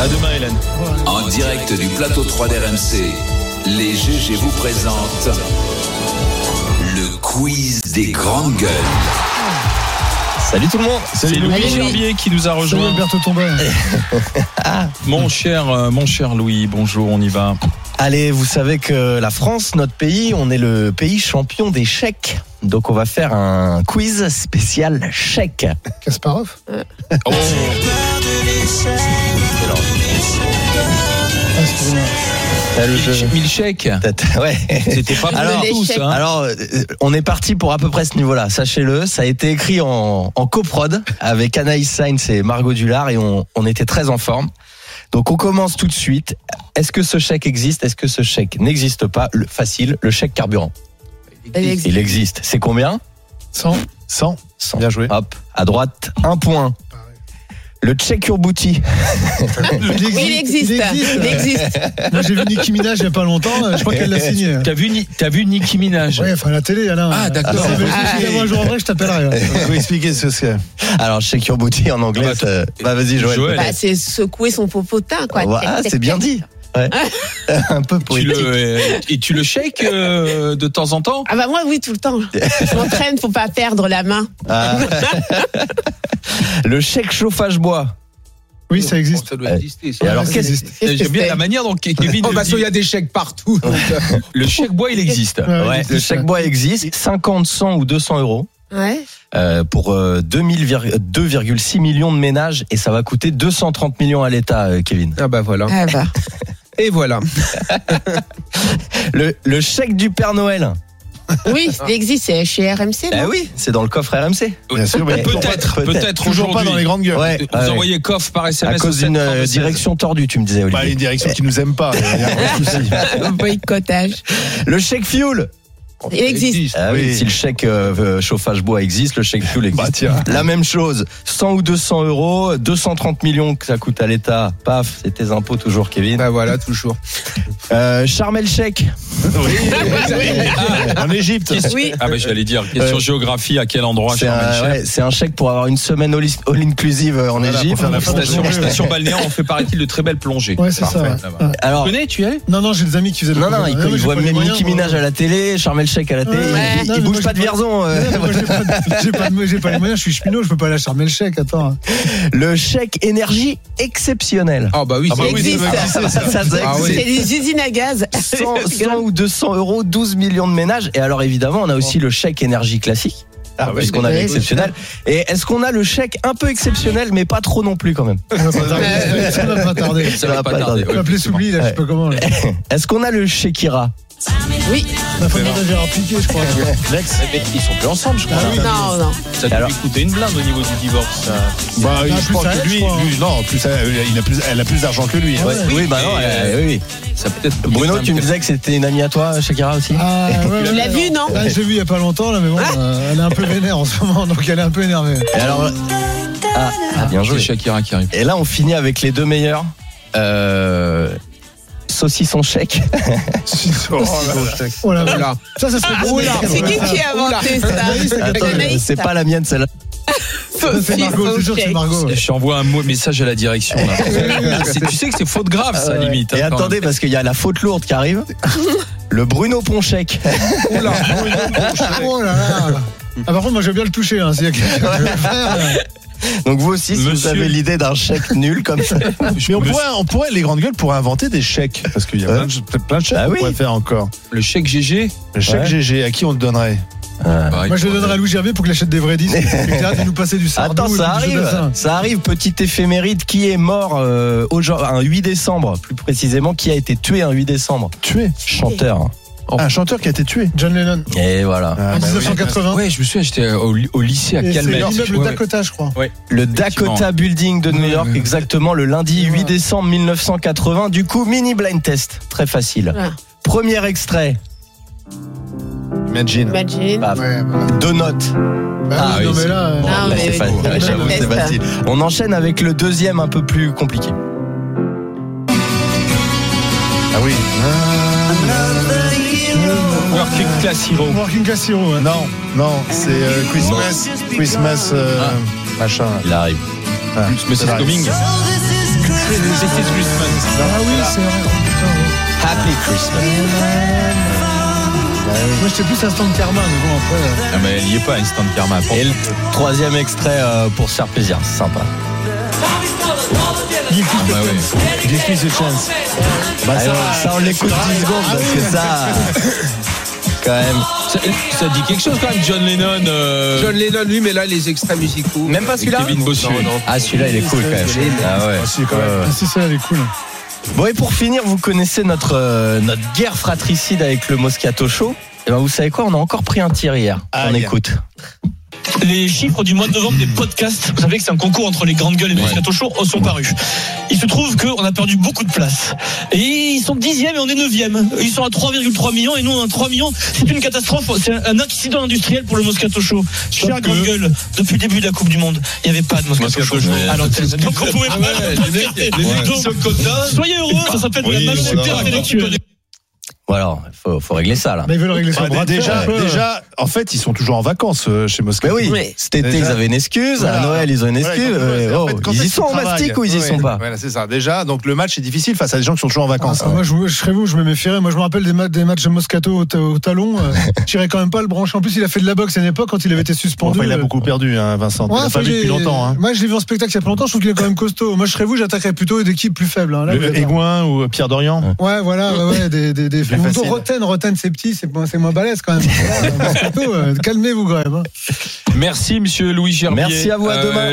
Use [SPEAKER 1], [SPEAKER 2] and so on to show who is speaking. [SPEAKER 1] À demain, Hélène.
[SPEAKER 2] En direct du plateau 3 d'RMC, les GG vous présentent le quiz des grandes gueules.
[SPEAKER 3] Salut tout le monde.
[SPEAKER 1] C'est Louis
[SPEAKER 4] Louis.
[SPEAKER 1] Gerbier qui nous a rejoint. Ah, Mon cher, euh, mon cher Louis, bonjour, on y va.
[SPEAKER 3] Allez, vous savez que la France, notre pays, on est le pays champion des chèques. Donc on va faire un quiz spécial chèque.
[SPEAKER 5] Kasparov Ah, c'est pour moi.
[SPEAKER 3] Salut.
[SPEAKER 1] Milchek,
[SPEAKER 3] Ouais.
[SPEAKER 1] c'était pas
[SPEAKER 3] Alors,
[SPEAKER 1] pour tous. Hein.
[SPEAKER 3] Alors, euh, on est parti pour à peu près ce niveau-là, sachez-le. Ça a été écrit en, en coprod avec Anaïs Sainz et Margot Dullard et on, on était très en forme. Donc on commence tout de suite. Est-ce que ce chèque existe Est-ce que ce chèque n'existe pas Le- Facile, le chèque carburant.
[SPEAKER 4] Elle existe.
[SPEAKER 3] Il existe. C'est combien
[SPEAKER 5] 100 100
[SPEAKER 3] 100.
[SPEAKER 5] Bien joué.
[SPEAKER 3] Hop, à droite, un point. Le check your booty.
[SPEAKER 4] Oui, il existe.
[SPEAKER 5] Il existe.
[SPEAKER 4] Il existe. Bah,
[SPEAKER 5] Moi, j'ai vu Nicki Minaj il n'y a pas longtemps, euh, je crois qu'elle l'a signé.
[SPEAKER 1] T'as vu, Ni- t'as vu Nicki Minaj
[SPEAKER 5] Ouais, enfin à la télé, Alain.
[SPEAKER 1] Ah, d'accord.
[SPEAKER 5] Si tu un jour en vrai, je t'appellerai. hein. ouais.
[SPEAKER 6] Vous pouvez expliquer ce que c'est
[SPEAKER 3] Alors, check your booty en anglais.
[SPEAKER 1] Ah bah,
[SPEAKER 3] ça- bah, vas-y, Joël.
[SPEAKER 1] Joël.
[SPEAKER 4] Bah, c'est secouer son popotin, quoi.
[SPEAKER 3] Ouais, ah, c'est bien dit. Ouais. un peu
[SPEAKER 1] Tu
[SPEAKER 3] poétique.
[SPEAKER 1] le, euh, et tu le shakes euh, de temps en temps
[SPEAKER 4] Ah bah moi oui tout le temps. Je m'entraîne pour pas perdre la main.
[SPEAKER 3] Ah. le chèque chauffage bois.
[SPEAKER 5] Oui, ça existe.
[SPEAKER 7] Ça doit
[SPEAKER 3] Ouais.
[SPEAKER 7] exister.
[SPEAKER 3] Et
[SPEAKER 7] ça.
[SPEAKER 3] alors,
[SPEAKER 5] ça
[SPEAKER 3] qu'est-ce
[SPEAKER 5] existe.
[SPEAKER 4] Qu'est-ce que
[SPEAKER 1] J'aime bien
[SPEAKER 4] c'est
[SPEAKER 1] la manière dont Ke- Kevin
[SPEAKER 7] Oh,
[SPEAKER 1] le
[SPEAKER 7] bah, ça, il
[SPEAKER 1] dit.
[SPEAKER 7] y a des chèques partout.
[SPEAKER 1] Le chèque bois, il existe.
[SPEAKER 5] Ouais,
[SPEAKER 3] Ouais,
[SPEAKER 5] il
[SPEAKER 3] le
[SPEAKER 5] existe,
[SPEAKER 3] chèque
[SPEAKER 5] ouais.
[SPEAKER 3] bois existe. 50, 100 ou 200 euros.
[SPEAKER 4] Ouais.
[SPEAKER 3] euh, pour euh, 2000, vir- 2,6 millions de ménages et ça va coûter 230 millions à l'État, euh, Kevin.
[SPEAKER 7] Ah bah voilà.
[SPEAKER 4] Ah bah.
[SPEAKER 7] Et voilà.
[SPEAKER 3] Le, le chèque du Père Noël.
[SPEAKER 4] Oui, il existe. C'est chez RMC.
[SPEAKER 3] Eh
[SPEAKER 4] non
[SPEAKER 3] oui, c'est dans le coffre RMC.
[SPEAKER 6] Bien sûr, mais
[SPEAKER 1] Peut-être,
[SPEAKER 3] Peut-être.
[SPEAKER 1] peut-être
[SPEAKER 6] toujours pas dans
[SPEAKER 1] aujourd'hui.
[SPEAKER 6] les grandes gueules.
[SPEAKER 3] Ouais,
[SPEAKER 1] Vous
[SPEAKER 3] ouais.
[SPEAKER 1] envoyez coffre par
[SPEAKER 3] à
[SPEAKER 1] SMS
[SPEAKER 3] cause
[SPEAKER 1] au
[SPEAKER 3] d'une euh,
[SPEAKER 1] 732.
[SPEAKER 3] direction tordue, tu me disais,
[SPEAKER 6] Pas
[SPEAKER 3] Olivier.
[SPEAKER 6] une direction qui nous aime pas. il y a un souci.
[SPEAKER 4] Boycottage.
[SPEAKER 3] Le chèque fuel.
[SPEAKER 4] Il existe.
[SPEAKER 3] Ah oui,
[SPEAKER 6] Oui.
[SPEAKER 3] si le chèque euh, euh, chauffage bois existe, le chèque fuel existe.
[SPEAKER 6] Bah, tiens.
[SPEAKER 3] La même chose, 100 ou 200 euros, 230 millions que ça coûte à l'État. Paf, c'est tes impôts toujours, Kevin.
[SPEAKER 7] Bah voilà, toujours.
[SPEAKER 3] Euh, Charmel chèque.
[SPEAKER 6] En Égypte.
[SPEAKER 4] Oui.
[SPEAKER 1] Ah bah j'allais dire, question
[SPEAKER 3] Ouais.
[SPEAKER 1] géographie, à quel endroit
[SPEAKER 3] C'est
[SPEAKER 1] Charles
[SPEAKER 3] un,
[SPEAKER 1] Michel
[SPEAKER 3] ouais, c'est un chèque pour avoir une semaine all- all-inclusive euh, en
[SPEAKER 6] Voilà, pour
[SPEAKER 3] Égypte.
[SPEAKER 6] faire la
[SPEAKER 1] Station,
[SPEAKER 6] plongée, ouais.
[SPEAKER 1] station balnéaire, on fait paraît-il de très belles plongées.
[SPEAKER 5] Ouais, c'est ça.
[SPEAKER 1] Parfait,
[SPEAKER 5] ouais.
[SPEAKER 1] là-bas.
[SPEAKER 5] Ah.
[SPEAKER 3] Alors,
[SPEAKER 1] Tu connais, tu y allais
[SPEAKER 5] Non, non, j'ai des amis qui faisaient le
[SPEAKER 3] non, non,
[SPEAKER 5] programme.
[SPEAKER 3] il,
[SPEAKER 5] Ah, mais
[SPEAKER 3] il
[SPEAKER 5] j'ai
[SPEAKER 3] voit
[SPEAKER 5] pas les
[SPEAKER 3] même
[SPEAKER 5] moyens,
[SPEAKER 3] Nicki
[SPEAKER 5] moi.
[SPEAKER 3] Minaj à la télé, Charmel chèque à la télé.
[SPEAKER 4] Ouais.
[SPEAKER 3] Il,
[SPEAKER 5] Non,
[SPEAKER 3] il
[SPEAKER 5] mais moi,
[SPEAKER 3] bouge
[SPEAKER 5] j'ai
[SPEAKER 3] pas de
[SPEAKER 5] pas-
[SPEAKER 3] Vierzon. euh.
[SPEAKER 5] Non, mais moi, J'ai pas, de- j'ai pas, de- j'ai pas les moyens, je suis cheminot, je peux pas la charmer le chèque, attends.
[SPEAKER 3] Le chèque énergie exceptionnel.
[SPEAKER 7] Ah bah oui,
[SPEAKER 6] Ah bah
[SPEAKER 7] c'est-
[SPEAKER 6] oui,
[SPEAKER 4] existe.
[SPEAKER 6] ça doit exister, ça.
[SPEAKER 3] Ça, ça
[SPEAKER 7] Ah oui.
[SPEAKER 4] C'est des usines à gaz.
[SPEAKER 3] 100, 100 ou 200 euros, 12 millions de ménages. Et alors évidemment, on a aussi le chèque énergie classique.
[SPEAKER 6] Ah oui.
[SPEAKER 3] puisqu'on a
[SPEAKER 4] Oui,
[SPEAKER 3] l'exceptionnel. Et est-ce qu'on a le chèque un peu exceptionnel, mais pas trop non plus quand même
[SPEAKER 5] Ça va pas tarder. Ça va pas tarder.
[SPEAKER 3] Ça va pas tarder.
[SPEAKER 5] Je vais appeler Soubli, là, je sais pas comment. là.
[SPEAKER 3] Est-ce qu'on a le Shekira
[SPEAKER 4] Oui.
[SPEAKER 5] La première de Gérard Piqué, je crois.
[SPEAKER 3] Lex
[SPEAKER 1] Ils sont plus ensemble, je crois.
[SPEAKER 5] Ah oui.
[SPEAKER 4] Non non.
[SPEAKER 1] Ça doit
[SPEAKER 3] Alors-
[SPEAKER 1] lui coûter une blinde au niveau du divorce. ça.
[SPEAKER 6] Bah,
[SPEAKER 5] Ah,
[SPEAKER 6] je
[SPEAKER 5] plus
[SPEAKER 6] pense
[SPEAKER 5] ça,
[SPEAKER 6] que
[SPEAKER 5] je
[SPEAKER 6] lui,
[SPEAKER 5] crois, hein.
[SPEAKER 6] lui- non, plus ça, il a plus, elle a plus d'argent que lui. hein.
[SPEAKER 3] Ouais. Oui, bah non,
[SPEAKER 1] mais,
[SPEAKER 3] euh, oui, oui.
[SPEAKER 1] Ça peut-être.
[SPEAKER 3] Bruno, tu me disais que c'était une amie à toi, Shekira aussi
[SPEAKER 5] Ah, ouais,
[SPEAKER 4] Tu
[SPEAKER 5] ouais,
[SPEAKER 4] l'as
[SPEAKER 5] ouais.
[SPEAKER 4] vu non
[SPEAKER 5] Ah, je l'ai vu il y a pas longtemps, là, mais bon, euh, elle est un peu vénère en ce moment, donc elle est un peu énervée. Euh,
[SPEAKER 3] Et alors ah, ah, bien joué.
[SPEAKER 1] C'est Shakira qui arrive.
[SPEAKER 3] Et là, on finit avec les deux meilleurs. Euh, saucisson chèque.
[SPEAKER 6] Oh là là.
[SPEAKER 5] Oh là là.
[SPEAKER 7] Voilà.
[SPEAKER 5] Ça, ça serait drôle.
[SPEAKER 4] C'est qui qui a inventé ça
[SPEAKER 3] Attends,
[SPEAKER 4] Anaïs,
[SPEAKER 3] c'est
[SPEAKER 4] ça.
[SPEAKER 3] pas la mienne celle-là.
[SPEAKER 5] Ça, C'est Margot, je te jure, c'est Margot.
[SPEAKER 1] Je t'envoie un mot- message à la direction. là. C'est- tu sais que c'est faute grave, ça, limite.
[SPEAKER 3] Et
[SPEAKER 1] hein, quand
[SPEAKER 3] attendez parce qu'il y a la faute lourde qui arrive. Le Bruno Ponchec.
[SPEAKER 7] Oula.
[SPEAKER 5] Oh là là. Ah, par contre, moi, j'aime bien le toucher, hein, s'il y a quelqu'un qui veut le faire, là.
[SPEAKER 3] Donc vous aussi, si vous
[SPEAKER 1] Monsieur.
[SPEAKER 3] avez l'idée d'un chèque nul comme ça.
[SPEAKER 1] même. Je-
[SPEAKER 6] Mais on
[SPEAKER 1] le-
[SPEAKER 6] pourrait, on pourrait, les grandes gueules pourraient inventer des chèques. Parce qu'il y a
[SPEAKER 3] Ouais.
[SPEAKER 6] plein de, peut-être plein de chèques
[SPEAKER 3] Ah
[SPEAKER 6] qu'on
[SPEAKER 3] oui.
[SPEAKER 6] pourrait faire encore.
[SPEAKER 1] Le chèque GG.
[SPEAKER 6] Le chèque
[SPEAKER 3] Ouais.
[SPEAKER 6] GG, à qui on le donnerait
[SPEAKER 1] Bah,
[SPEAKER 5] Moi, je le
[SPEAKER 1] écoute,
[SPEAKER 5] donnerai à Louis Gervais pour qu'il achète des vrais disques. Et que de nous passer du sardou
[SPEAKER 3] Attends, ça
[SPEAKER 5] et du jeu
[SPEAKER 3] arrive.
[SPEAKER 5] d'assin.
[SPEAKER 3] Ça arrive. Petite éphéméride. Qui est mort euh, aujourd'hui, un 8 décembre, plus précisément, qui a été tué un 8 décembre
[SPEAKER 6] Tué.
[SPEAKER 3] Chanteur.
[SPEAKER 6] Un chanteur qui a été tué.
[SPEAKER 5] John Lennon,
[SPEAKER 3] Et voilà.
[SPEAKER 6] Ah,
[SPEAKER 5] en
[SPEAKER 6] bah oui.
[SPEAKER 5] 1980.
[SPEAKER 1] Ouais, je me souviens, j'étais au, au lycée à
[SPEAKER 5] Hein Et c'est
[SPEAKER 1] Calmette.
[SPEAKER 5] l'immeuble
[SPEAKER 1] Ouais, ouais.
[SPEAKER 5] Dakota, je crois.
[SPEAKER 3] Le
[SPEAKER 1] Effectivement.
[SPEAKER 3] Dakota Building de New
[SPEAKER 1] Ouais,
[SPEAKER 3] York,
[SPEAKER 1] ouais.
[SPEAKER 3] exactement le lundi 8
[SPEAKER 5] Ouais.
[SPEAKER 3] décembre 1980. Du coup, mini blind test. Très facile.
[SPEAKER 4] Ouais.
[SPEAKER 3] Premier extrait.
[SPEAKER 6] Imagine.
[SPEAKER 4] Imagine.
[SPEAKER 3] Bah,
[SPEAKER 5] Ouais, bah,
[SPEAKER 3] Deux notes.
[SPEAKER 5] bah
[SPEAKER 3] Ah
[SPEAKER 5] oui,
[SPEAKER 3] oui,
[SPEAKER 5] non, mais
[SPEAKER 3] c'est-
[SPEAKER 5] là. euh,
[SPEAKER 3] Bon,
[SPEAKER 4] Non,
[SPEAKER 3] là,
[SPEAKER 4] mais
[SPEAKER 3] c'est
[SPEAKER 4] oui.
[SPEAKER 3] facile.
[SPEAKER 4] Ouais,
[SPEAKER 3] J'avoue,
[SPEAKER 4] test.
[SPEAKER 3] c'est facile. On enchaîne avec le deuxième un peu plus compliqué.
[SPEAKER 6] Ah oui.
[SPEAKER 1] Working Class Hero.
[SPEAKER 5] Working Class Hero, ouais.
[SPEAKER 6] Non, non, c'est euh, Christmas.
[SPEAKER 5] Ah.
[SPEAKER 6] Christmas. euh, Machin.
[SPEAKER 3] Il arrive.
[SPEAKER 6] Ah,
[SPEAKER 1] Mrs. Coming. This is Christmas.
[SPEAKER 5] Ah oui, c'est vrai. Oh, putain, ouais.
[SPEAKER 3] Happy Christmas.
[SPEAKER 5] Moi, j'étais plus instant karma, mais bon, après. euh,
[SPEAKER 1] Ah, mais il n'y est pas, Instant Karma. Pour-
[SPEAKER 3] Et le troisième extrait euh, pour se faire plaisir, c'est sympa.
[SPEAKER 1] Ah, bah oui.
[SPEAKER 3] Give me the chance. Bah, ça, on l'écoute 10 secondes parce que ça. Quand même.
[SPEAKER 1] Ça, ça dit quelque chose quand même, John Lennon. euh,
[SPEAKER 7] John Lennon, lui, mais là, les extraits musicaux.
[SPEAKER 3] Même pas
[SPEAKER 1] et Kevin Bossuet.
[SPEAKER 3] Ah, celui-là, il est cool quand même. Ah ouais.
[SPEAKER 5] Ah, si, celle-là, elle est cool.
[SPEAKER 3] Bon, et pour finir, vous connaissez notre, euh, notre guerre fratricide avec le Moscato Show. Et ben, vous savez quoi On a encore pris un tir Ah, hier. on
[SPEAKER 6] Aïe.
[SPEAKER 3] écoute.
[SPEAKER 8] les chiffres du mois de novembre des podcasts, vous savez que c'est un concours entre les grandes gueules et les Moscato Show, sont parus. Il se trouve qu'on a perdu beaucoup de places. Et ils sont dixièmes et on est neuvième. Ils sont à 3,3 millions et nous on est à 3 millions. C'est une catastrophe, c'est un accident industriel pour le Moscato Show. Chère grande gueule, depuis le début de la Coupe du Monde, il n'y avait pas de Moscato,
[SPEAKER 1] Moscato
[SPEAKER 8] Show.
[SPEAKER 1] Show, ouais.
[SPEAKER 8] Alors, donc on pouvait
[SPEAKER 1] Ah
[SPEAKER 8] pas
[SPEAKER 1] ouais,
[SPEAKER 8] pas
[SPEAKER 1] les mecs,
[SPEAKER 8] faire-
[SPEAKER 1] les mecs qui
[SPEAKER 8] Donc, Soyez heureux, ça s'appelle de la
[SPEAKER 1] Oui,
[SPEAKER 8] malhonnêteté
[SPEAKER 1] voilà.
[SPEAKER 8] intellectuelle.
[SPEAKER 3] Bon, alors, faut, faut régler ça là.
[SPEAKER 5] Mais ils veulent régler
[SPEAKER 6] Bah,
[SPEAKER 5] ça. bras de fer,
[SPEAKER 6] déjà,
[SPEAKER 5] un peu.
[SPEAKER 6] déjà, en fait, ils sont toujours en vacances euh, chez Moscou.
[SPEAKER 3] Mais oui, cet été
[SPEAKER 6] Déjà.
[SPEAKER 3] ils avaient une excuse, à
[SPEAKER 6] Voilà.
[SPEAKER 3] Noël ils ont une
[SPEAKER 6] Voilà,
[SPEAKER 3] excuse.
[SPEAKER 6] quand-
[SPEAKER 3] euh,
[SPEAKER 6] en
[SPEAKER 3] oh,
[SPEAKER 6] fait, quand
[SPEAKER 3] ils y
[SPEAKER 6] est-ce
[SPEAKER 3] sont
[SPEAKER 6] qu'ils
[SPEAKER 3] en mastic
[SPEAKER 6] travaillent
[SPEAKER 3] ou ils y
[SPEAKER 6] Ouais.
[SPEAKER 3] sont pas
[SPEAKER 6] Voilà, c'est ça. Déjà, donc le match est difficile face à des gens qui sont toujours en vacances.
[SPEAKER 5] Ah, Moi, je, vous- je serais vous, je me méfierais. Moi, je me rappelle des, ma- des matchs Moscato au, ta- au talon. euh, J'irais quand même pas le brancher. En plus, il a fait de la boxe à une époque quand il avait été
[SPEAKER 6] Bon,
[SPEAKER 5] suspendu.
[SPEAKER 6] enfin, il a
[SPEAKER 5] euh,
[SPEAKER 6] beaucoup perdu, hein, Vincent.
[SPEAKER 5] Ouais,
[SPEAKER 6] il a
[SPEAKER 5] enfin,
[SPEAKER 6] pas vu
[SPEAKER 5] j'ai-
[SPEAKER 6] depuis longtemps. Hein.
[SPEAKER 5] Moi, je l'ai vu en spectacle il y a pas longtemps. Je trouve qu'il est quand même costaud. Moi, je serais vous, j'attaquerais plutôt des équipes plus faibles. hein. Là, vous
[SPEAKER 6] Le
[SPEAKER 5] êtes-
[SPEAKER 6] Aigouin ou Pierre Dorian.
[SPEAKER 5] Ouais, voilà, ouais, ouais, des, des, des...
[SPEAKER 6] Plus
[SPEAKER 5] Ou
[SPEAKER 6] facile.
[SPEAKER 5] Roten, Roten, c'est petit, c'est moins, c'est moins balèze quand même. Voilà, Moscato, euh, calmez-vous quand même. hein.
[SPEAKER 1] Merci, monsieur Louis Gerbier. Euh,
[SPEAKER 3] Merci à vous, à demain.